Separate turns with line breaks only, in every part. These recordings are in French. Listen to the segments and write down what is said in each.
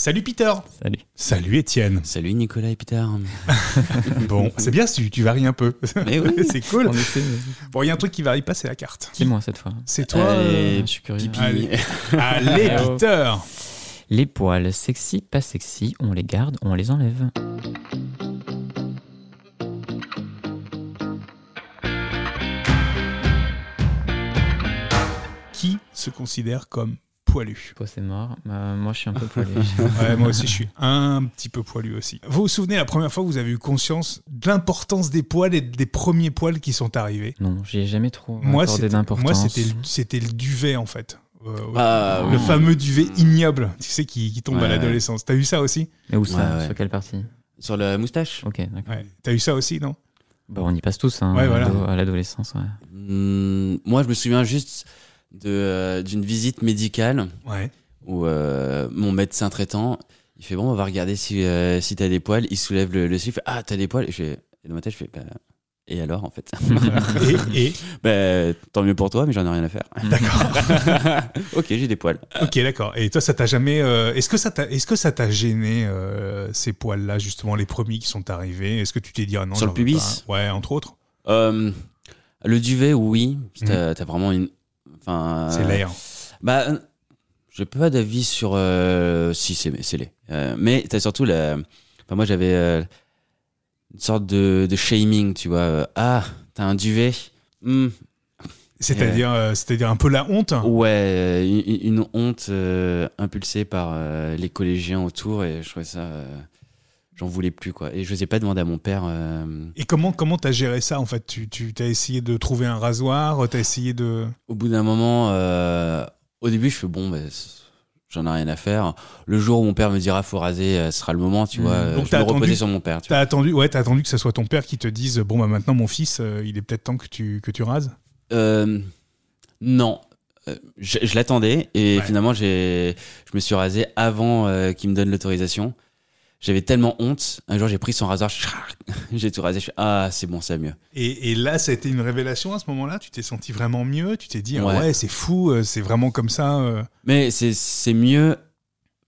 Salut Peter
Salut.
Salut Étienne
Salut Nicolas et Peter.
Bon, c'est bien si tu varies un peu.
Mais oui.
c'est cool.
On essaie, mais
Bon, il y a un truc qui varie pas, c'est la carte.
C'est moi cette fois. Ah,
C'est toi
Allez.
euh,
Je suis curieux.
Pipi.
Allez. Allez,
Ah, oh.
Peter
Les poils, sexy, pas sexy, on les garde, on les enlève.
Qui se considère comme poilu
Toi, c'est mort. Euh, moi, je suis un peu poilé.
Ouais, Moi aussi, je suis un petit peu poilu aussi. Vous vous souvenez la première fois que vous avez eu conscience de l'importance des poils et des premiers poils qui sont arrivés
non, j'y ai jamais trop
Moi,
accordé
c'était- moi,
d'importance.
c'était le- c'était le duvet en fait. Euh,
Ah,
Le
oui.
fameux duvet ignoble, tu sais, qui, qui tombe
Ouais,
à
ouais.
l'adolescence. T'as eu ça aussi
Mais où ça
Ouais, ouais.
Sur quelle partie
Sur la moustache
Ok, d'accord.
Ouais. T'as eu ça aussi, non
Bah, on y passe tous, hein,
Ouais, voilà.
ado- à l'adolescence. Ouais.
Hmm, Moi, je me souviens juste de, euh, d'une visite médicale
Ouais.
où euh, mon médecin traitant, il fait bon, on va regarder si, euh, si t'as des poils. Il soulève le, le slip, il fait, ah, t'as des poils. Et, je fais- et dans ma tête, je fais, bah, et alors en fait
Et, et-
Bah, tant mieux pour toi, mais j'en ai rien à faire.
d'accord.
ok, j'ai des poils.
ok, d'accord. Et toi, ça t'a jamais. euh, Est-ce que ça t'a. Est-ce que ça t'a gêné euh, ces poils-là, justement, les premiers qui sont arrivés Est-ce que tu t'es dit ah non
Sur
j'en
le
veux
pubis
pas Ouais, entre autres.
Euh, le duvet, oui. T'as t'as vraiment une. Enfin,
Mhm. C'est l'air.
Bah, j'ai pas d'avis sur euh, si c'est c'est laid. Euh, mais t'as surtout la. Enfin, moi j'avais euh, une sorte de, de shaming, tu vois. Euh, Ah, t'as un duvet. Hmm,
C'est-à-dire, euh, c'est-à-dire un peu la honte.
ouais, euh, une, une honte euh, impulsée par euh, les collégiens autour et je trouvais ça. euh, J'en voulais plus quoi. Et je n'osais pas demander à mon père. euh,
Et comment comment t'as géré ça en fait Tu tu t'as essayé de trouver un rasoir, t'as essayé de.
au bout d'un moment, euh, au début, je fais bon, ben, c- j'en ai rien à faire. Le jour où mon père me dira faut raser, euh, ce sera le moment, tu
Mhm.
vois. euh,
Hmm. Donc,
je
t'as
vais me reposer
attendu-
sur mon père. Tu vois.
T'as attendu ouais t'as attendu que ce soit ton père qui te dise bon bah maintenant mon fils euh, il est peut-être temps que tu que tu rases.
Euh, non. Euh, Je, je l'attendais et
Ouais.
finalement j'ai, je me suis rasé avant euh, qu'il me donne l'autorisation. J'avais tellement honte. Un jour j'ai pris son rasoir, j'ai tout rasé. Je fais, ah c'est bon, c'est mieux.
Et, et là, ça a été une révélation à ce moment-là. Tu t'es senti vraiment mieux. Tu t'es dit, ah ouais,
Ouais.
c'est fou, euh, c'est vraiment comme ça. euh.
Mais c'est c'est mieux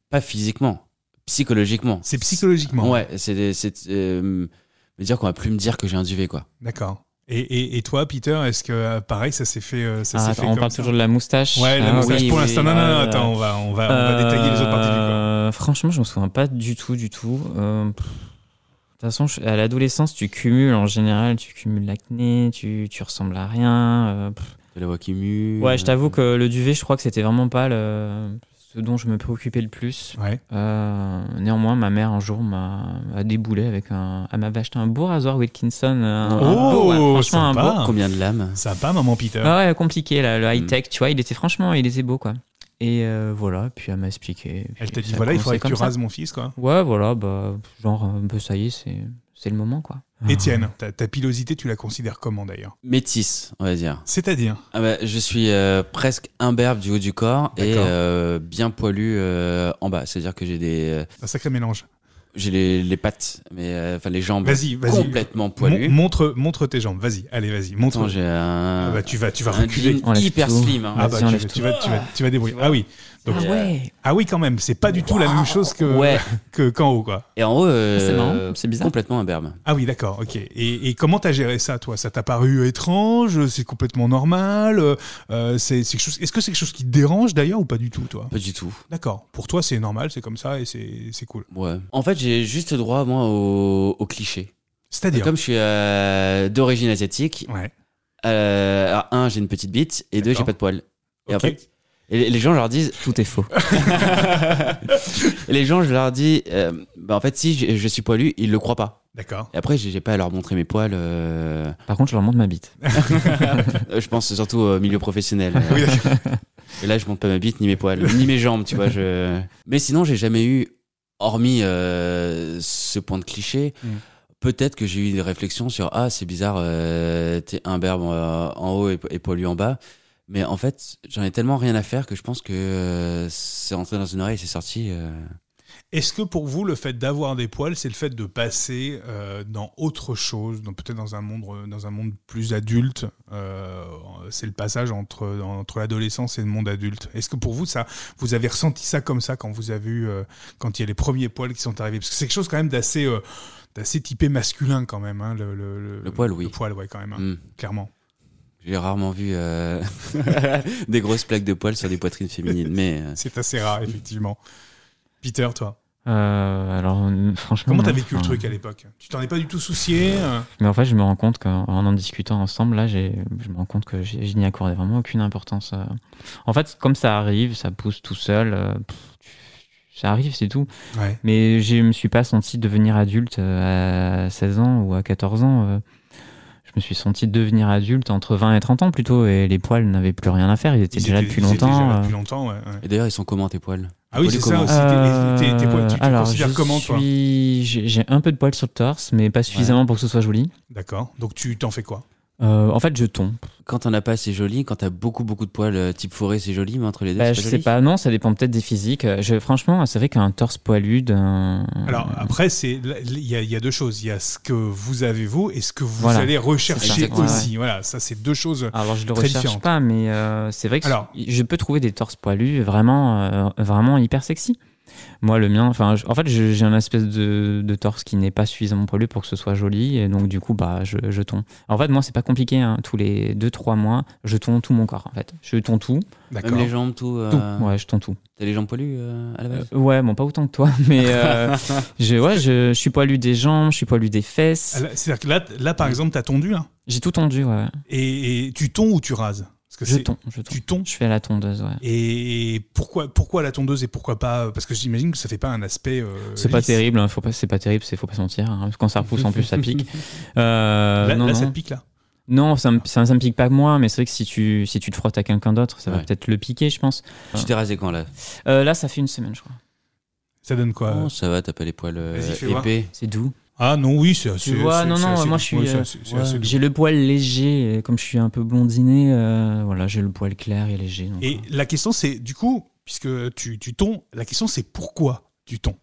pas physiquement, psychologiquement.
C'est psychologiquement.
Ouais, c'est c'est euh, me dire qu'on va plus me dire que j'ai un duvet quoi.
D'accord. Et, et- et toi, Peter, est-ce que euh, pareil, ça s'est fait, euh, ça
Ah,
s'est
attends,
fait
on
comme
parle
ça
toujours de la moustache.
Ouais, la
Ah,
moustache
oui,
pour
oui,
l'instant. non,
euh,
non, non, attends, on va, on va, Ah, on va détailler les autres parties du corps.
Euh, Franchement, je me souviens pas du tout, du tout. Euh, pff, De toute façon, je- à l'adolescence, tu cumules en général, tu cumules l'acné, tu, tu ressembles à rien. euh, pff.
De la voix qui mue.
ouais, je t'avoue que le duvet, je crois que c'était vraiment pas le, ce dont je me préoccupais le plus.
Ouais.
Euh, néanmoins, ma mère un jour m'a a déboulé avec un. Elle m'avait acheté un beau rasoir Wilkinson. euh, Un, un
Oh,
beau, ouais, franchement,
sympa. Mm.
un beau.
Combien de lames
Sympa, maman Peter.
Ah ouais, compliqué, là, le high-tech, tu vois, il était franchement, il était beau, quoi. Et euh, voilà, puis elle m'a expliqué. puis
Elle t'a dit,
ça a
voilà, il
commencé
faudrait que tu
comme ça.
rases mon fils, quoi.
Ouais, voilà, bah, genre, euh, bah, ça y est, c'est, c'est le moment, quoi.
Ah. Étienne, ta, ta pilosité, tu la considères comment d'ailleurs
Métis, on va dire.
C'est-à-dire
Ah bah, je suis euh, presque imberbe du haut du corps et
D'accord.
euh, bien poilu euh, en bas. C'est-à-dire que j'ai des, euh,
un sacré mélange.
j'ai les, les pattes, mais euh, enfin les jambes
Vas-y, vas-y.
complètement
Mon-
poilues.
montre, montre tes jambes. Vas-y, allez, vas-y, montre.
Attends, j'ai un,
Ah bah, tu vas, tu vas
un
reculer.
jean
On l'a fait
hyper
tout.
slim. hein.
Ah
Vas-y,
bah, tu vas,
enlève
tu vas, tu vas, tu vas débrouiller. Ah oui. Donc,
Ah ouais
Ah oui, quand même, c'est pas du tout la même chose que
Ouais.
que- qu'en haut, quoi.
Et en haut, euh,
Ah, C'est marrant, c'est bizarre.
Complètement imberbe.
Ah oui, d'accord, ok. Et, et comment t'as géré ça, toi Ça t'a paru euh, étrange C'est complètement normal euh, C'est c'est quelque chose. Est-ce que c'est quelque chose qui te dérange d'ailleurs ou pas du tout, toi
Pas du tout.
D'accord. Pour toi, c'est normal, c'est comme ça et c'est c'est cool.
Ouais. En fait, j'ai juste droit moi au, au cliché.
C'est-à-dire
Comme je suis euh, d'origine asiatique,
Ouais.
euh, alors, un, j'ai une petite bite et deux,
D'accord.
j'ai pas de poils. Et en
Ok.
fait, et les- les gens leur disent
Tout est faux.
Et les gens, je leur dis, euh, bah, en fait, si je, je suis poilu, ils le croient pas.
D'accord.
Et après, j'ai j'ai pas à leur montrer mes poils. euh,
Par contre, je leur montre ma bite.
euh, je pense surtout au milieu professionnel. euh.
Oui, d'accord.
Et là, je montre pas ma bite, ni mes poils, ni mes jambes, tu vois. Je... Mais sinon, j'ai jamais eu, hormis euh, ce point de cliché,
Mm.
peut-être que j'ai eu des réflexions sur ah, c'est bizarre, euh, t'es imberbe en, en haut et, et poilu en bas. Mais en fait, j'en ai tellement rien à faire que je pense que euh, c'est entré dans une oreille et c'est sorti. euh.
Est-ce que pour vous, le fait d'avoir des poils, c'est le fait de passer euh, dans autre chose, donc peut-être dans un monde, euh, dans un monde plus adulte euh, C'est le passage entre, entre l'adolescence et le monde adulte. Est-ce que pour vous, ça, vous avez ressenti ça comme ça quand vous avez eu, euh, quand il y a les premiers poils qui sont arrivés Parce que c'est quelque chose quand même d'assez, euh, d'assez typé masculin quand même. hein, le, le,
Le poil, oui.
Le poil, ouais, quand même, hein,
Hmm.
clairement.
J'ai rarement vu euh, des grosses plaques de poils sur des poitrines féminines, mais euh,
C'est assez rare, effectivement. Peter, toi,
Mm.
Euh, alors, n- franchement.
comment
non,
t'as vécu le
enfin,
truc à l'époque Tu t'en es pas du tout soucié euh
Mais en fait, je me rends compte qu'en en en discutant ensemble, là, j'ai- je me rends compte que j'ai- je n'y accordais vraiment aucune importance. euh. En fait, comme ça arrive, ça pousse tout seul. euh, pff, tu- ça arrive, c'est tout.
Ouais.
Mais je me suis pas senti devenir adulte euh, à 16 ans ou à 14 ans. euh. Je me suis senti devenir adulte entre 20 et 30 ans plutôt, et les poils n'avaient plus rien à faire. Ils étaient
Ils
déjà là
étaient-
depuis
ils étaient déjà
longtemps.
là
euh.
depuis longtemps, ouais, ouais.
et d'ailleurs ils sont comment tes poils
Ah oui,
Oli,
c'est ça
comment
aussi. t'es- t'es- t'es- t'es poil- tu te
Euh, alors,
considères
je
comment, toi
suis... J'ai j'ai un peu de poils sur le torse, mais pas suffisamment pour que ce soit joli.
D'accord. Donc tu t'en fais quoi
Euh, en fait, je tombe.
Quand t'en as pas, c'est joli. Quand t'as beaucoup beaucoup de poils, euh, type forêt, c'est joli, mais entre les deux,
Bah,
c'est
je
pas
sais
joli.
pas, non, ça dépend peut-être des physiques. Euh, Je, franchement, c'est vrai qu'un torse poilu d'un.
Alors après, c'est il y, a- il y a deux choses. Il y a ce que vous avez vous et ce que vous
Voilà.
allez rechercher
Exactement.
aussi. Voilà, ça c'est deux choses.
Alors, je le
très
recherche
différentes.
pas, mais euh, c'est vrai que
Alors.
je peux trouver des torses poilus vraiment, euh, vraiment hyper sexy. Moi, le mien, enfin, je- en fait, je- j'ai un espèce de, de torse qui n'est pas suffisamment poilu pour que ce soit joli, et donc du coup, bah, je, je tonds. En fait, moi, c'est pas compliqué. hein. Tous les 2-3 mois, je tonds tout mon corps. En fait, je tonds tout,
D'accord.
Même les jambes, tout. euh,
tout. Ouais, je tonds tout.
T'as les jambes poilues euh, à la base.
Euh, ouais, bon, pas autant que toi, mais euh, je, ouais, je, je suis poilu des jambes, je suis poilu des fesses.
Alors, C'est-à-dire que Ah, là, t- là par
Mm.
exemple, t'as tondu là.
J'ai tout tendu, ouais.
Et, et tu tonds ou tu rases Parce que
Je
c'est-
tonds, je tonds.
Tu tonds.
Je fais à la tondeuse, ouais.
Et pourquoi, pourquoi la tondeuse et pourquoi pas euh, Parce que j'imagine que ça fait pas un aspect. euh,
C'est pas
lisse.
terrible, hein, faut pas, c'est pas terrible, c'est faut pas se mentir. hein. Quand ça repousse, en plus, ça pique. Euh,
là,
non,
là,
non.
ça te pique là.
non, ça me, ça, ça me pique pas que moi, mais c'est vrai que si tu, si tu te frottes à quelqu'un d'autre, ça va
Ouais.
peut-être le piquer, je pense.
Tu t'es rasé quand là
Euh, là, ça fait une semaine, je crois.
Ça donne quoi
Oh, ça va, t'as pas les poils euh,
Vas-y, fais voir.
épais.
C'est doux.
Ah non, oui, c'est assez.
Tu vois,
c'est-
non,
c'est
non,
assez
moi
doux.
je suis.
Ouais, c'est
euh,
assez- c'est
ouais,
assez doux.
j'ai le poil léger, et comme je suis un peu blondiné, euh, voilà, j'ai le poil clair et léger. donc,
Et la question, c'est du coup, puisque tu, tu tonds, la question, c'est pourquoi tu tonds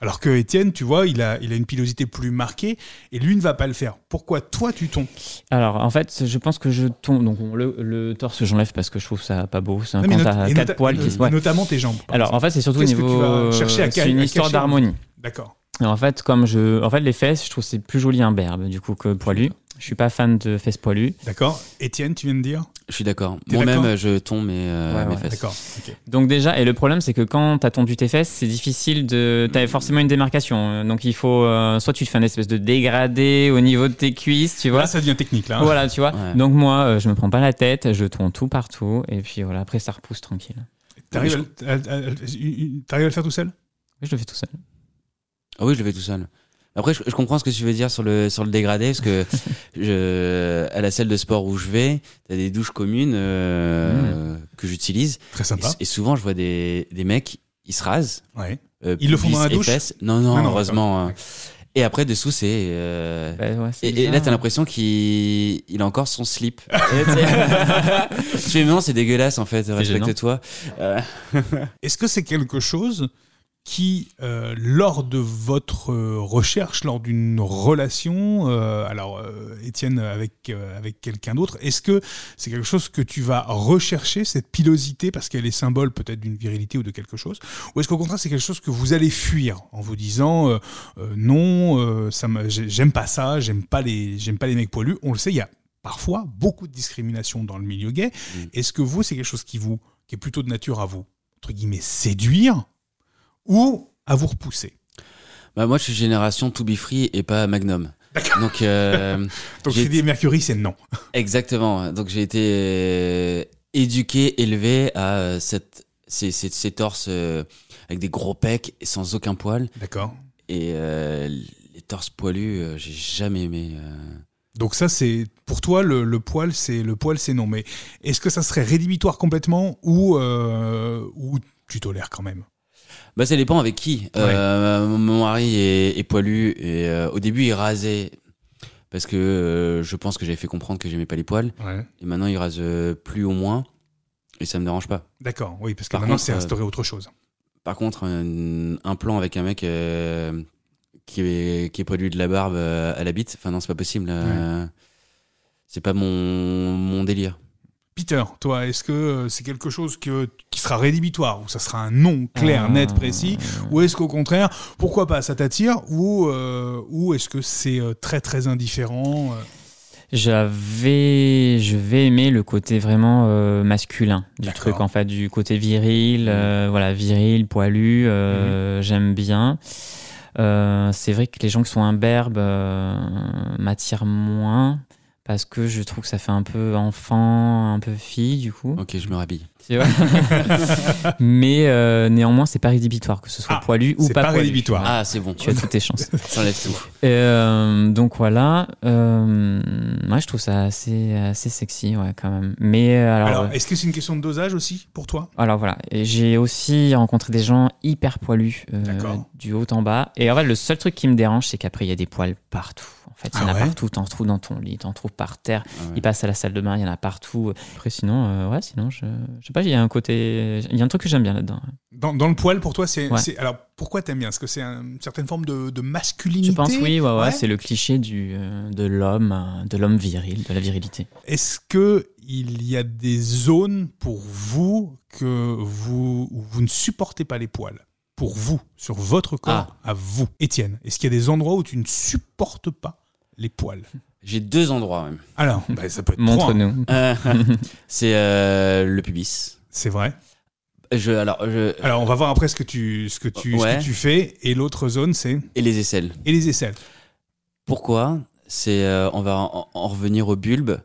Alors que Étienne, tu vois, il a, il a une pilosité plus marquée et lui ne va pas le faire. Pourquoi toi tu tonds
Alors, en fait, je pense que je tombe. Donc, on- le, le torse, j'enlève parce que je trouve ça pas beau. C'est un
Non, mais
quand
nota-
t'as
et
quatre
nota-
poils qui se.
et
ouais.
Notamment tes jambes. par
Alors,
exemple.
en fait, c'est surtout au
Qu'est-ce que
niveau. euh,
tu vas chercher à ca-
C'est une
à
histoire
cacher
d'harmonie.
D'accord.
Et En fait, comme je. En fait, les fesses, je trouve que c'est plus joli un berbe, du coup, que poilu. Je suis pas fan de fesses poilues.
D'accord. Étienne, tu viens de dire
Je suis d'accord.
T'es
Moi-même,
d'accord
euh, je tombe mes, euh,
Ouais,
mes
ouais.
fesses.
D'accord. ok.
Donc, déjà, et le problème, c'est que quand t'as tondu tes fesses, c'est difficile de. T'as forcément une démarcation. Donc, il faut. euh, soit tu te fais un espèce de dégradé au niveau de tes cuisses, tu vois.
Là, ça devient technique là. hein.
Voilà, tu vois.
Ouais.
Donc, moi, euh, je me prends pas la tête, je tourne tout partout, et puis voilà, après, ça repousse tranquille.
T'arrives à, à- à- t'arrives à le faire tout seul
Je le fais tout seul.
Ah oui, je le fais tout seul. Après, je, je comprends ce que tu veux dire sur le sur le dégradé, parce que je, à la salle de sport où je vais, t'as des douches
Hmm.
communes euh, que j'utilise,
Très
et,
sympa.
s- et souvent je vois des des mecs, ils se rasent.
Ouais.
euh,
Ils le font dans
pubis
la
et
douche Ah
fesses. Non, non,
Non, non,
heureusement.
d'accord.
hein. Et après dessous, c'est euh,
Bah, ouais, c'est
Et, et là,
bizarre.
hein.
t'as l'impression qu'il il a encore son slip. Et tu sais, je fais, non, c'est dégueulasse en fait, respecte-toi. Euh,
Est-ce que c'est quelque chose qui, euh, lors de votre euh, recherche, lors d'une relation, euh, alors euh, Étienne avec, euh, avec quelqu'un d'autre, est-ce que c'est quelque chose que tu vas rechercher, cette pilosité, parce qu'elle est symbole peut-être d'une virilité ou de quelque chose Ou est-ce qu'au contraire, c'est quelque chose que vous allez fuir en vous disant euh, euh, non, euh, ça me- j'ai- j'aime pas ça, j'aime pas, les- j'aime pas les mecs poilus On le sait, il y a parfois beaucoup de discrimination dans le milieu gay.
Mm.
Est-ce que vous, c'est quelque chose qui, vous, qui est plutôt de nature à vous entre guillemets, séduire ou à vous repousser.
bah, moi, je suis génération To Be Free et pas Magnum.
D'accord.
Donc, euh,
Donc
J'ai-
Freddie Mercury, c'est non.
exactement. Donc, j'ai été euh, éduqué, élevé à euh, cette, ces, ces, ces torses euh, avec des gros pecs et sans aucun poil.
D'accord.
Et euh, les torses poilus, euh, j'ai jamais aimé. euh,
Donc ça, c'est pour toi le, le poil, c'est le poil, c'est non. Mais est-ce que ça serait rédhibitoire complètement ou euh, ou tu tolères quand même
Bah, ça dépend avec qui. Euh, mon mari est, est poilu et euh, au début il rasait parce que euh, je pense que j'avais fait comprendre que j'aimais pas les poils et maintenant il rase euh, plus ou moins et ça me dérange pas.
D'accord. Oui, parce que
Par
maintenant
contre,
c'est
euh,
instauré autre chose.
Par contre, un, un plan avec un mec euh, qui, est, qui est produit de la barbe euh, à la bite, enfin non, c'est pas possible. euh, C'est pas mon, mon délire.
Peter, toi, est-ce que euh, c'est quelque chose que, qui sera rédhibitoire, ou ça sera un nom
Ah.
Ah.
clair, net, précis, ou est-ce qu'au contraire, pourquoi pas, ça t'attire, ou, euh, ou est-ce que c'est euh, très très indifférent euh,
J'avais, je vais aimer le côté vraiment euh, masculin du
D'accord. Mhm.
truc en fait, du côté viril, euh, voilà viril, poilu, euh, j'aime bien. Euh, c'est vrai que les gens qui sont imberbes euh, m'attirent moins parce que je trouve que ça fait un peu enfant, un peu fille du coup.
Ok, je me rhabille.
Tu vois Mais euh, néanmoins, c'est pas rédhibitoire que ce soit
Ah,
poilu ou
c'est
pas,
pas
poilu.
rédhibitoire.
Voilà.
Ah, c'est bon.
Tu as toutes tes chances.
Ça enlève tout.
Et, euh, donc voilà, euh, ouais, je trouve ça assez, assez sexy, ouais, quand même. Mais euh, alors, euh,
Alors,
alors,
est-ce que c'est une question de dosage aussi, pour toi
voilà, Et j'ai aussi rencontré des gens hyper poilus, euh,
D'accord.
du haut en bas. Et en fait, le seul truc qui me dérange, c'est qu'après, il y a des poils partout. En fait, il y en
Ah
a
ouais
partout, t'en trouves dans ton lit, t'en trouves par terre,
Ah ouais.
il passe à la salle de bain, il y en a partout. Après, sinon, euh, ouais, sinon, je, je sais pas, il y a un côté, il y a un truc que j'aime bien là-dedans.
dans, dans le poil, pour toi, c'est.
Ouais.
c'est- Alors, pourquoi t'aimes bien Est-ce que c'est un- une certaine forme de, de masculinité
Je pense, oui, ouais, ouais,
Ouais.
c'est le cliché du, euh, de l'homme, euh, de l'homme viril, de la virilité.
Est-ce que il y a des zones pour vous que vous où vous ne supportez pas les poils pour vous sur votre corps
Ah.
à vous Étienne est-ce qu'il y a des endroits où tu ne supportes pas les poils
J'ai deux endroits même.
alors bah, ça peut être trois, hein.
Montre-nous.
Euh, c'est euh, le pubis.
c'est vrai
Je, alors, je,
alors on va voir après ce que tu ce que tu ce que
Ouais.
tu fais et l'autre zone c'est
et les aisselles.
et les aisselles
Pourquoi C'est euh, on va en, en revenir au bulbe.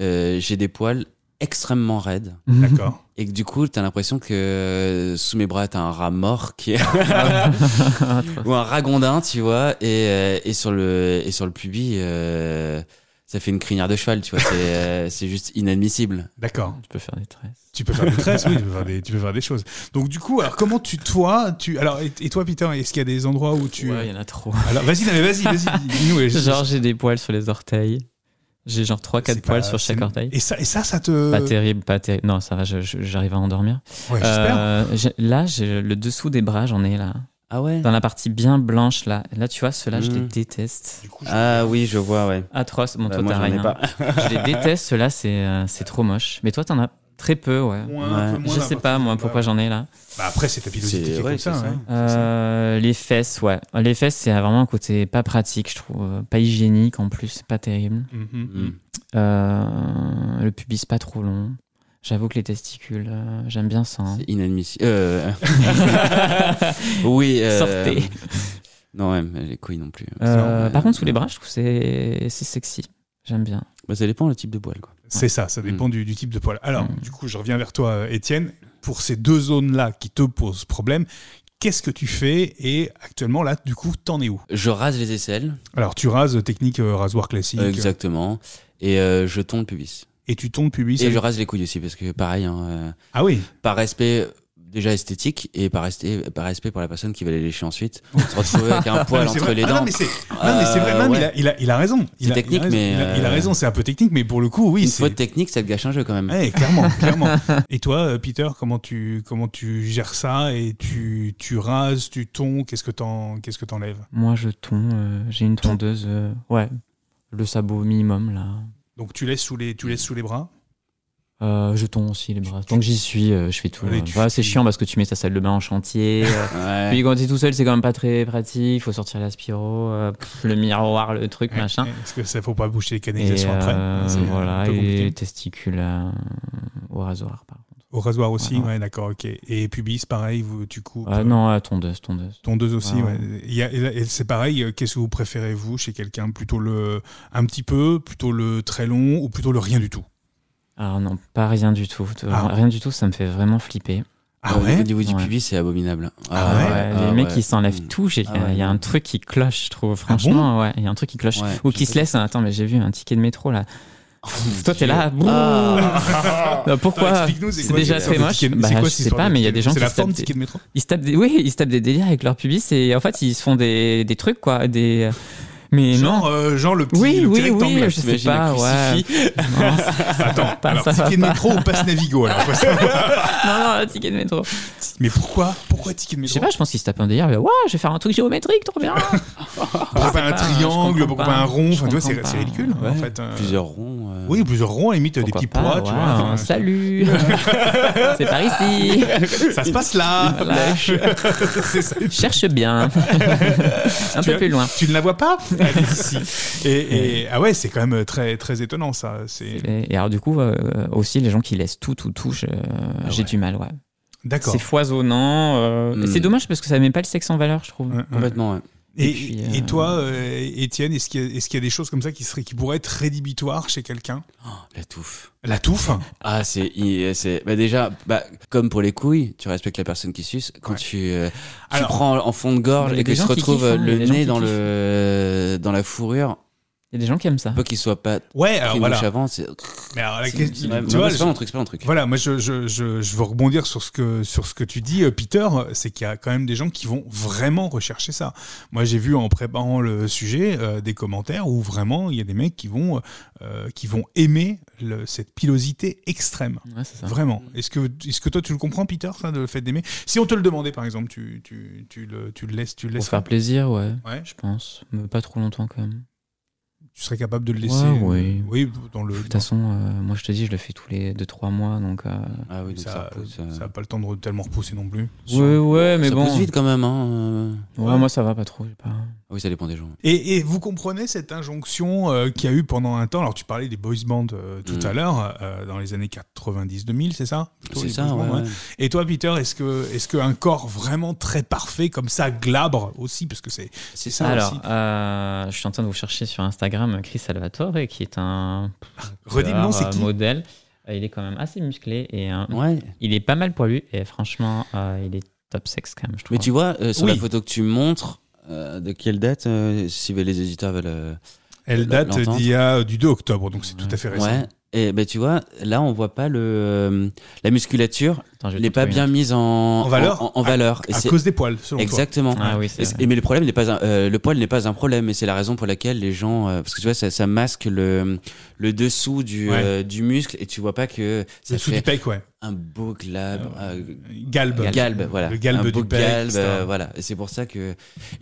Euh, j'ai des poils extrêmement raides
d'accord
et que du coup t'as l'impression que euh, sous mes bras t'as un rat mort qui est- ou un ragondin, tu vois, et, euh, et sur le et sur le pubis. euh, ça fait une crinière de cheval, tu vois. C'est euh, c'est juste inadmissible.
d'accord
Tu peux faire des tresses.
Tu peux faire des tresses, oui, tu peux faire des, tu peux faire des choses. Donc du coup, alors comment tu, toi, tu, alors et, et toi, Peter, est-ce qu'il y a des endroits où tu,
Ouais, il y en a trop.
alors vas-y, non, mais vas-y, vas-y, dis-nous. et je-
Genre, j'ai des poils sur les orteils. J'ai genre
C'est
3-4
pas-
poils sur chaque
c'est-
orteil. Bah,
Et ça, et ça, ça te.
Pas terrible, pas terrible. Non, ça va, je- je- j'arrive à endormir.
Ouais, Bah, j'espère.
Euh, j'ai- là, j'ai le dessous des bras, j'en ai là.
Ah ouais.
Dans la partie bien blanche, là. Là, tu vois, ceux-là, je les
Mm.
déteste.
Du coup, je-
Ah oui, je vois, ouais.
Atroce. Bon,
Bah,
toi,
moi,
t'as
j'en ai
rien.
pas.
je les déteste, ceux-là, c'est euh, c'est trop moche. Mais toi, t'en as très peu, ouais.
Moins, un peu
Ouais.
moins
Je sais
d'importance.
pas, moi, pourquoi j'en ai là.
Bah, après, c'est ta pilosité qui est
C'est
comme
ouais,
ça.
c'est ça.
hein.
Euh, les fesses, ouais. Les fesses, c'est vraiment un côté pas pratique, je trouve. Pas hygiénique en plus, c'est pas terrible.
Mhm.
Mm.
Euh, le pubis pas trop long. J'avoue que les testicules, euh, j'aime bien ça. hein.
C'est inadmissible. Euh, oui. euh,
Sortez.
Non, ouais, mais les couilles non plus.
Euh,
Non,
par
euh,
contre, sous les bras, je trouve que c'est c'est sexy. J'aime bien.
Bah, ça dépend le type de poil, quoi.
C'est ça, ça
Mm.
dépend du, du type de poil. Alors, du coup, je reviens vers toi, euh, Étienne. Pour ces deux zones-là qui te posent problème, qu'est-ce que tu fais Et actuellement, là, du coup, t'en es où
Je rase les aisselles,
Alors, tu rases euh, technique euh, rasoir classique.
euh, exactement, et euh, je tonds le pubis.
Et tu tombes pubis.
et
avec-
je rase les couilles aussi, parce que pareil, hein, euh,
Ah oui,
par respect euh, déjà esthétique et par, resté- par respect pour la personne qui va les lécher ensuite, se retrouver avec un poil
Non, mais c'est
entre
vrai.
les
Ah,
dents.
non, mais c'est non, mais c'est vrai,
Euh,
non, mais
ouais.
il, a, il, a, il a raison. Il a, il a
technique,
raison.
mais,
Il a, il a
euh,
raison, c'est un peu technique, mais pour le coup, oui.
Une
c'est-
faute technique, ça te gâche un jeu quand même.
Ouais, clairement, clairement. Et toi, euh, Peter, comment tu comment tu gères ça et tu tu rases, tu tonds, qu'est-ce que t'en qu'est-ce que t'enlèves
Moi, je tonds. euh, J'ai une tondeuse. euh, ouais. Le sabot minimum, là.
Donc tu laisses sous les tu laisses sous les bras.
Euh, je tonds aussi les bras. Tant que j'y suis, euh, je fais tout.
Allez,
euh.
tu-
Ouais, c'est chiant parce que tu mets ta salle de bain en chantier. euh,
Ouais.
Puis quand t'es tout seul, c'est quand même pas très pratique. Il faut sortir l'aspiro, euh, pff, le miroir, le truc, machin.
Parce que ça faut pas boucher les
Et
canalisations après.
euh,
C'est un
voilà,
peu
et
compliqué.
les testicules euh, au rasoir, par contre.
Au rasoir aussi,
Voilà.
ouais, d'accord, ok. Et pubis, pareil, vous, tu coupes.
Ah,
euh,
non, euh, tondeuse, tondeuse.
Tondeuse aussi,
Ah
ouais.
ouais.
Il y a- et là- et c'est pareil, euh, qu'est-ce que vous préférez, vous, chez quelqu'un Plutôt le un petit peu, plutôt le très long ou plutôt le rien du tout
Ah non, pas rien du tout.
Ah.
Rien du tout, ça me fait vraiment flipper.
Ah
Au- Au
ouais
niveau du
Ouais.
pubis, c'est abominable.
Ah ouais Hmm.
les
ah
mecs,
ouais.
ils s'enlèvent tout. j'ai- Il
Ah ouais,
y a
non.
un truc qui cloche, je
Ah
trouve. Franchement, ouais, il y a un truc qui cloche.
Ouais,
Ou
je
qui
sais
se laisse. hein. Attends, mais j'ai vu un ticket de métro là.
Oh, mon
Toi, t'es
Dieu.
là. bouh.
Ah.
Non,
Attends,
Pourquoi
explique-nous,
C'est
quoi
déjà
cette
très
histoire de
moche.
ticket-
Bah,
c'est quoi
je
cette
sais
histoire
pas,
de
mais il y a
ticket-
des gens
C'est
qui
la
se tapent
forme
des-
ticket de métro
Ils se tapent des, oui, ils se tapent des délires avec leur pubis et en fait ils se font des, des trucs quoi, des Mais
genre,
non.
euh, genre le petit,
Oui,
le petit
oui, oui,
rectangle.
je sais
T'imagines
pas,
un
ouais.
crucifix
Non,
Attends,
Pas
alors,
ça,
ticket de
pas.
métro ou passe Navigo alors, faut savoir.
non, non, le ticket de métro.
Mais pourquoi Pourquoi ticket de
Je
métro
sais pas, je pense qu'il se tape un délire. il va, Ouah, je vais faire un truc géométrique, trop bien.
Pourquoi pas un
pas, je
triangle
comprends
Pourquoi
pas.
pas un rond
Je
Enfin, tu vois,
comprends
c'est c'est
pas.
ridicule en
Ouais.
fait. euh,
Plusieurs ronds. euh.
Oui, plusieurs ronds, à la limite, des
Pourquoi
petits
pas,
pois, tu
ouais,
vois. hein.
un Salut. C'est par ici.
Ça se passe là.
Voilà.
Ah, C'est ça.
Cherche bien. un
Tu
peu
as-
plus loin.
Tu ne la vois pas Elle est ici. Et, et- ah ouais, c'est quand même très, très étonnant ça. C'est
Et, et alors du coup, euh, aussi les gens qui laissent tout, tout, tout, je- j'ai du mal, ouais.
Ah d'accord.
C'est foisonnant. euh,
Hmm.
C'est dommage parce que ça met pas le sexe en valeur, je trouve.
Ouais, ouais.
Complètement, ouais.
Et,
Et puis,
et
euh,
toi, euh, Étienne, est-ce qu'il y, a- est-ce qu'il y a des choses comme ça qui, seraient, qui pourraient être rédhibitoires chez quelqu'un
Oh, la touffe.
La touffe
Ah, c'est. il- c'est- Bah, déjà, bah, comme pour les couilles, tu respectes la personne qui suce. Quand
Ouais.
tu, euh, tu
Alors-
prends en fond de gorge
Il y a
et que
des
se
gens qui
retrouve
kiffent, hein, il y a
le
des gens
nez
qui
dans,
kiffent.
le, dans la fourrure,
Il y a des gens qui aiment ça.
peu qu'il soit pas
Ouais, alors
pris
voilà.
voilà. avant, c'est.
Mais alors, la
c'est-
question-
c'est- ouais,
tu
non,
vois,
C'est
je-
pas mon truc, c'est pas mon truc.
Voilà, moi je, je, je, je veux rebondir sur ce que, sur ce que tu dis, euh, Peter, c'est qu'il y a quand même des gens qui vont vraiment rechercher ça. Moi j'ai vu en préparant le sujet euh, des commentaires où vraiment il y a des mecs qui vont, euh, qui vont aimer le- cette pilosité extrême.
Ouais, c'est ça.
Vraiment. Est-ce que, est que toi tu le comprends, Peter, ça, le fait d'aimer Si on te le demandait par exemple, tu, tu, tu, le, tu le laisses, tu le
Pour
laisses
faire plaisir, ouais.
Ouais.
Je pense, mais pas trop longtemps quand même.
Tu serais capable de le laisser
Ouais,
euh,
oui.
oui, dans le.
De toute façon, euh, moi je te dis, je le fais tous les 2-3 mois, donc. euh,
Ah oui, donc ça,
ça
repousse.
n'a
euh,
pas le temps de tellement repousser non plus.
sur-
Ouais, ouais, mais
ça
bon.
pousse vite quand même, hein. euh.
Ouais, moi ça va pas trop. j'ai Pas...
Ah Oui, ça dépend des gens.
Et, et vous comprenez cette injonction euh, qu'il y a eu pendant un temps Alors, tu parlais des boys bands euh, tout
Mm.
à l'heure, euh, dans les années 90-2000, c'est ça Plutôt
C'est
les
ça,
boys
ouais.
bands, ouais. Et toi, Peter, est-ce que est-ce qu'un corps vraiment très parfait comme ça, glabre aussi, parce que c'est
C'est
ça aussi.
Alors, euh, je suis en train de vous chercher sur Instagram Chris Salvatore, qui est un
Redis le nom, c'est
euh,
qui
modèle. Euh, Il est quand même assez musclé et euh,
Ouais.
il est pas mal poilu et franchement, euh, il est top sexe quand même, je trouve.
Mais tu vois, euh, sur
Oui.
la photo que tu montres, euh, de quelle date, euh, si les éditeurs veulent. euh,
Elle date
l'entente.
d'il y a euh, du 2 octobre, donc c'est tout à fait récent.
Ouais. Et ben tu vois, là on voit pas le euh, la musculature,
Attends, je vais
elle n'est
te
pas
trouver
bien mise en, en
valeur
en, en valeur. Et
À
c'est-
cause des poils, selon
exactement.
Ah oui, c'est
Et
vrai.
c'est- mais le problème n'est pas un- euh, le poil n'est pas un problème, et c'est la raison pour laquelle les gens, euh, parce que tu vois, ça, ça masque le le dessous du
Ouais.
euh, du muscle, et tu vois pas que
toi.
ça
Le sous
fait
du pec, ouais.
un beau glabre. euh,
Galbe.
Ah, Galbe.
Galbe, voilà.
Le galbe
un
du
beau
pec,
galbe,
etc.
euh, voilà. Et c'est pour ça que. et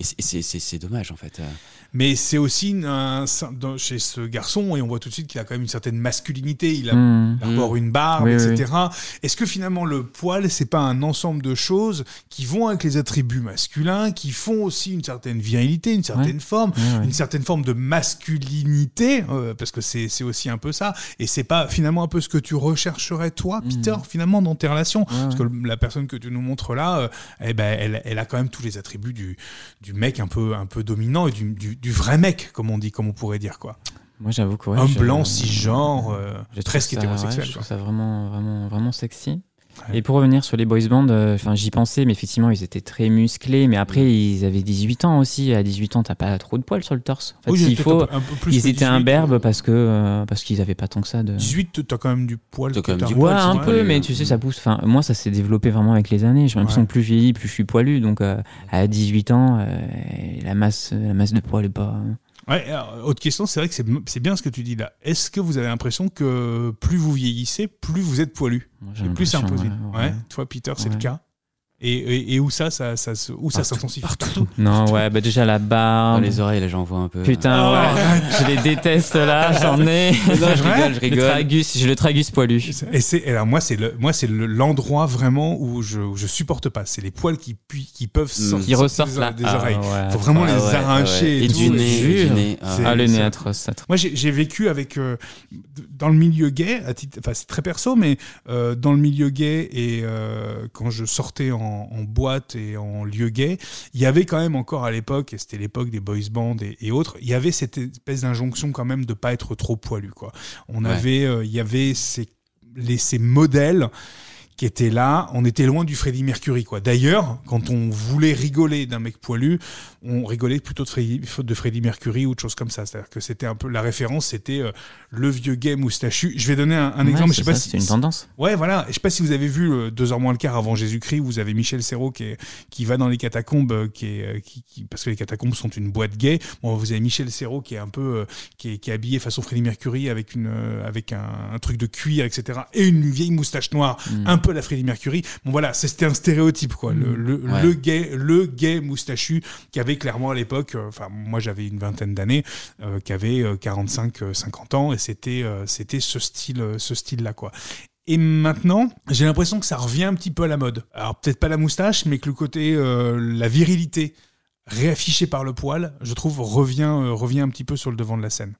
c'est- c'est- C'est c'est dommage, en fait. euh.
Mais c'est aussi une- un- dans- chez ce garçon, et on voit tout de suite qu'il a quand même une certaine masculinité. Il a
Mm.
Hmm.
il arbore une barbe,
Oui, oui,
etc. Est-ce que finalement le poil, c'est pas un ensemble de choses qui vont avec les attributs masculins, qui font aussi une certaine virilité, une certaine forme,
Ouais, ouais.
une certaine forme de masculinité, euh, parce que c'est c'est aussi un peu ça. Et c'est pas finalement un peu ce que tu rechercherais toi,
Mhm.
Peter, finalement dans tes relations,
Ouais,
parce
ouais.
que le- la personne que tu nous montres là, euh, eh ben, elle, elle a quand même tous les attributs du, du mec un peu un peu dominant et du, du- du vrai mec, comme on dit, comme on pourrait dire quoi.
Moi j'avoue que ouais,
Homme
je-
blanc, cisgenre, euh,
Je trouve
presque
ça- ouais,
hétérosexuel.
je
quoi.
trouve ça vraiment, vraiment, vraiment sexy.
Ouais.
Et pour revenir sur les boys bands, euh, enfin, j'y pensais, mais effectivement, ils étaient très musclés. Mais après, ils avaient 18 ans aussi. À 18 ans, t'as pas trop de poils sur le torse. En fait,
Oui,
s'il
c'était
faut,
un peu- un peu plus que
ils étaient
18.
imberbes parce que euh, parce qu'ils avaient pas tant que ça de.
18, t'as quand même du poil.
T'as
que
quand même
t'as
du
Ouais,
poil,
sur
un
toi.
peu,
poilu,
mais
hein.
tu sais, ça pousse. Enfin, moi, ça s'est développé vraiment avec les années. J'ai l'impression
Ouais.
que plus je vieillis, plus je suis poilu. Donc, euh, à 18 ans, euh, la masse, la masse de poils est pas. euh,
Ouais, alors, autre question, c'est vrai que c'est c'est bien ce que tu dis là. Est-ce que vous avez l'impression que plus vous vieillissez, plus vous êtes poilu
Moi, j'ai
C'est plus
l'impression,
imposé.
ouais,
Ouais,
ouais.
Toi, Peter, c'est le
Ouais.
cas. Et, et- et où ça, ça, ça, se- où ça
Partout,
s'intensifie
Non, ouais, bah déjà la
Dans
barbe.
les oreilles, là, j'en vois un peu. hein.
Putain,
Oh,
Ah ouais. je les déteste là, j'en ai.
Non, je
Ouais.
rigole, je
Le
rigole.
tragus, j'ai le tragus poilu.
Et c'est et alors moi c'est le moi c'est le- l'endroit vraiment où je où je supporte pas c'est les poils qui pu- qui peuvent sortir
Qui ressortent
des,
là.
des
Ah,
oreilles
ouais.
faut vraiment les
Ah ouais,
arracher
ouais.
et,
Et
tout.
du nez, et du
Jure.
nez. ah.
C'est-
Ah, le
ça-
nez atroce, atroce.
Moi, j'ai j'ai vécu avec euh, dans le milieu gay, à titre, enfin c'est très perso, mais euh, dans le milieu gay et euh, quand je sortais en, en boîte et en lieu gay, il y avait quand même encore à l'époque, et c'était l'époque des boys bands et, et autres, il y avait cette espèce d'injonction quand même de pas être trop poilu quoi. On
Ouais.
avait, euh, il y avait ces les- ces modèles qui était là. On était loin du Freddie Mercury, quoi. D'ailleurs, quand on voulait rigoler d'un mec poilu, on rigolait plutôt de Freddie, de Freddie Mercury ou de choses comme ça. C'est-à-dire que c'était un peu la référence, c'était euh, le vieux gay moustachu. Je vais donner un, un
Ouais,
exemple. Je
c'est
sais pas
ça,
si
c'est une tendance.
Ouais, voilà. Je sais pas si vous avez vu euh, deux heures moins le quart avant Jésus-Christ. où Vous avez Michel Serrault qui, est- qui va dans les catacombes, euh, qui est euh, qui, qui- parce que les catacombes sont une boîte gay. Bon, vous avez Michel Serrault qui est un peu euh, qui, est, qui est habillé façon Freddie Mercury avec une euh, avec un, un truc de cuir, etc. Et une vieille moustache noire,
Mm.
un peu la Freddie Mercury. Bon, voilà, ça, c'était un stéréotype quoi. Le le,
Mm. Ouais.
le gay le gay moustachu qui avait clairement à l'époque, euh, enfin moi j'avais une vingtaine d'années, euh, qui avait euh, 45 euh, 50 ans et c'était euh, c'était ce style euh, ce style là quoi. Et maintenant, j'ai l'impression que ça revient un petit peu à la mode. Alors peut-être pas la moustache, mais que le côté euh, la virilité réaffichée par le poil, je trouve revient euh, revient un petit peu sur le devant de la scène.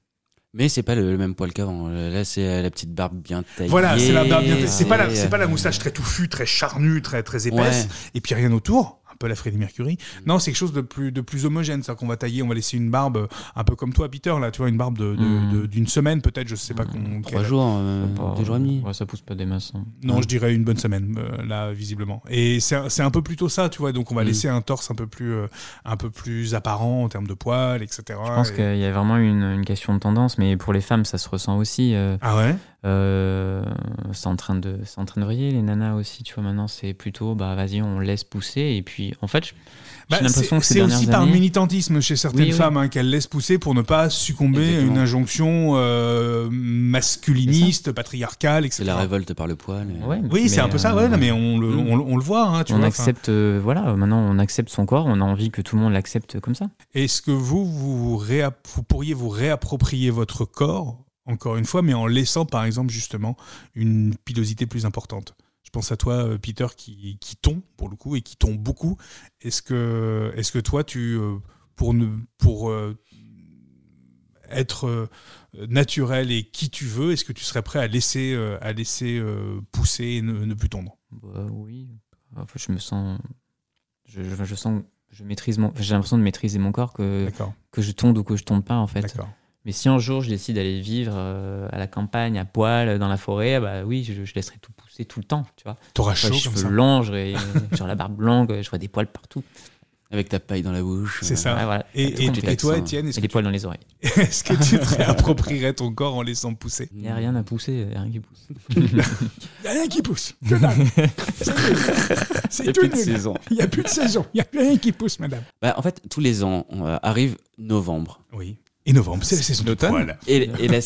Mais c'est pas le, le même poil qu'avant. Là, c'est euh, la petite barbe bien taillée.
Voilà, c'est la barbe bien taillée. c'est pas la c'est pas la
euh,
moustache très touffue, très charnue, très très épaisse
Ouais.
et puis rien autour. Un peu la Freddie Mercury.
Mm.
Non, c'est quelque chose de plus, de plus homogène. C'est-à-dire qu'on va tailler, on va laisser une barbe euh, un peu comme toi, Peter, là, tu vois, une barbe de- de-
Mm.
de- d'une semaine, peut-être, je sais pas. qu'on-
Trois
quelle-
jours, euh,
Pas-
deux jours et demi.
ouais, ça pousse pas des masses. hein.
Non, je dirais une bonne semaine, euh, là, visiblement. Et c'est un- c'est un peu plutôt ça, tu vois. Donc, on va
Mm.
laisser un torse un peu plus, euh, un peu plus apparent en termes de poils, etc.
Je pense qu'il y a vraiment une, une question de tendance, mais pour les femmes, ça se ressent aussi. euh,
Ah ouais
euh, c'est en train de, c'est en train de vriller les nanas aussi. Tu vois, maintenant, c'est plutôt, bah, vas-y, on laisse pousser. Et puis, en fait, je-
Bah,
j'ai l'impression
c'est
que ces
c'est aussi
dernières
par
années-
militantisme chez certaines
Oui, oui.
femmes hein, qu'elles laissent pousser pour ne pas succomber à une
Exactement.
injonction euh, masculiniste, patriarcale, etc.
C'est la révolte par le poil. euh.
ouais,
Oui, c'est
mais,
un peu ça, ouais,
euh,
non, mais on le,
mm.
on, le- on le voit, hein, tu
on
vois. enfin.
accepte, euh, voilà, maintenant on accepte son corps, on a envie que tout le monde l'accepte comme ça.
Est-ce que vous, vous, vous réa- vous pourriez vous réapproprier votre corps, encore une fois, mais en laissant, par exemple, justement, une pilosité plus importante Je pense à toi, euh, Peter, qui, qui tombe, pour le coup, et qui tombe beaucoup. Est-ce que, est que toi, tu, euh, pour, ne, pour euh, être euh, naturel et qui tu veux, est-ce que tu serais prêt à laisser, euh, à laisser euh, pousser et ne, ne plus tondre
Bah, oui, Enfin, je me sens, je, je- je sens, je maîtrise mon, j'ai l'impression de maîtriser mon corps que
D'accord,
que je tonde ou que je tombe pas en fait.
d'accord.
Mais si un jour je décide d'aller vivre euh, à la campagne, à poil, dans la forêt, bah oui, je, je laisserai tout pousser tout le temps, tu vois.
T'auras
J'ai
chaud
les
comme
cheveux
ça.
longs, j'aurai- j'aurai la barbe longue, je vois des poils partout.
Avec ta paille dans la bouche.
C'est
euh.
ça.
Ouais, voilà.
Ah. Et,
Tout
et- et
complexe,
toi,
hein.
Étienne, est-ce
Et
que
des poils dans les oreilles.
Est-ce que tu te réapproprierais ton corps en laissant pousser
Mmh.
Il n'y a rien à pousser, il n'y a rien qui pousse.
Il n'y a rien qui pousse. Que dalle. C'est nul. C'est tout nul. Il n'y a plus de saison. Il n'y a plus rien qui pousse, madame.
Bah, en fait, tous les ans, on, euh, arrive novembre.
Oui. Et novembre, c'est la saison de
L'automne.
poil.
Et, et la-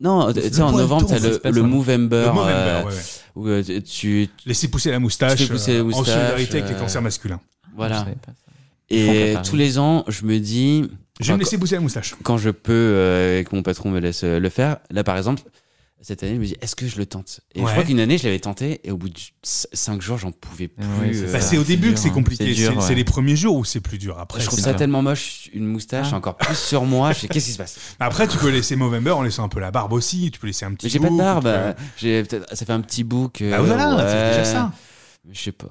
Non, tu sais, en
poil
novembre,
tombe,
t'as
ça se
le,
passe
le
en-
Movember.
Le Movember,
euh,
ouais, ouais.
où, euh, tu.
Laisser pousser la
Tu
moustache
fais pousser la
euh, en
moustache,
solidarité avec les
euh,
cancers masculins.
Je
Voilà.
savais pas ça. Ils font que
Et
la
tous
Paris.
les ans, je me
Je
dis.
vais me
Enfin,
laisser pousser la moustache.
quand je peux euh, et que mon patron me laisse euh, le faire. Là, par exemple, cette année, je me dis, est-ce que je le tente Et
Ouais.
je crois qu'une année, je l'avais tenté et au bout de 5 jours, j'en pouvais plus.
Ouais, c'est
euh,
Bah,
ça.
c'est au début
dur,
que c'est
hein.
compliqué.
C'est dur,
C'est
ouais.
c'est les premiers jours où c'est plus dur. Après,
je trouve
c'est-
ça
dur.
tellement moche, une moustache,
Ah.
encore plus sur moi. Je sais, qu'est-ce qui se passe
après, tu peux laisser Movember en laissant un peu la barbe aussi. Tu peux laisser un petit.
Mais j'ai pas de
bout,
barbe.
tu peux-
euh, J'ai peut-être, ça fait un petit bout que.
Bah voilà, c'est
ouais,
déjà ça.
Je sais pas.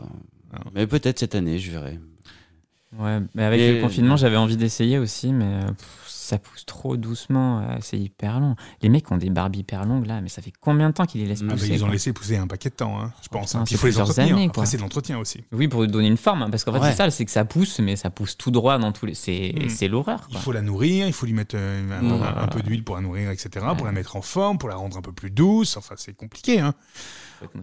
Ah.
Mais peut-être cette année, je verrai.
Ouais, mais avec
Et- euh,
le confinement, j'avais envie d'essayer aussi, mais euh, pff, ça pousse trop doucement, euh, c'est hyper long. Les mecs ont des barbes hyper longues là, mais ça fait combien de temps qu'ils les laissent
Ah bah,
Ah bah,
pousser
ils ont
quoi
laissé pousser un paquet de temps, hein, je pense.
putain,
hein. Puis Il
c'est
faut les
plusieurs
entretenir.
années,
Après,
quoi.
c'est de l'entretien aussi.
Oui, pour donner une forme, hein, parce qu'en fait,
Ouais. Hmm.
c'est ça, c'est que ça pousse, mais ça pousse tout droit dans tous les. C'est
Mm.
c'est l'horreur.
Il
quoi.
faut la nourrir, il faut lui mettre euh, un,
Mm.
un- un peu d'huile pour la nourrir, etc., pour la mettre en forme, pour la rendre un peu plus douce. Enfin, c'est compliqué. Hein.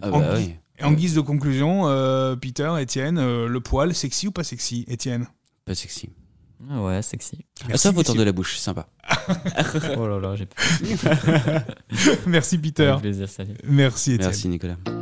Ah
En-
bah oui.
Et en guise de conclusion, euh, Peter, Étienne, euh, le poil, sexy ou pas sexy Étienne
Pas sexy.
Ah Ouais, sexy.
Ah, ça, faut
Merci,
tendre la bouche, sympa.
oh là là, j'ai pas
Merci, Peter.
plaisir, salut.
Merci, Étienne.
Merci, Nicolas.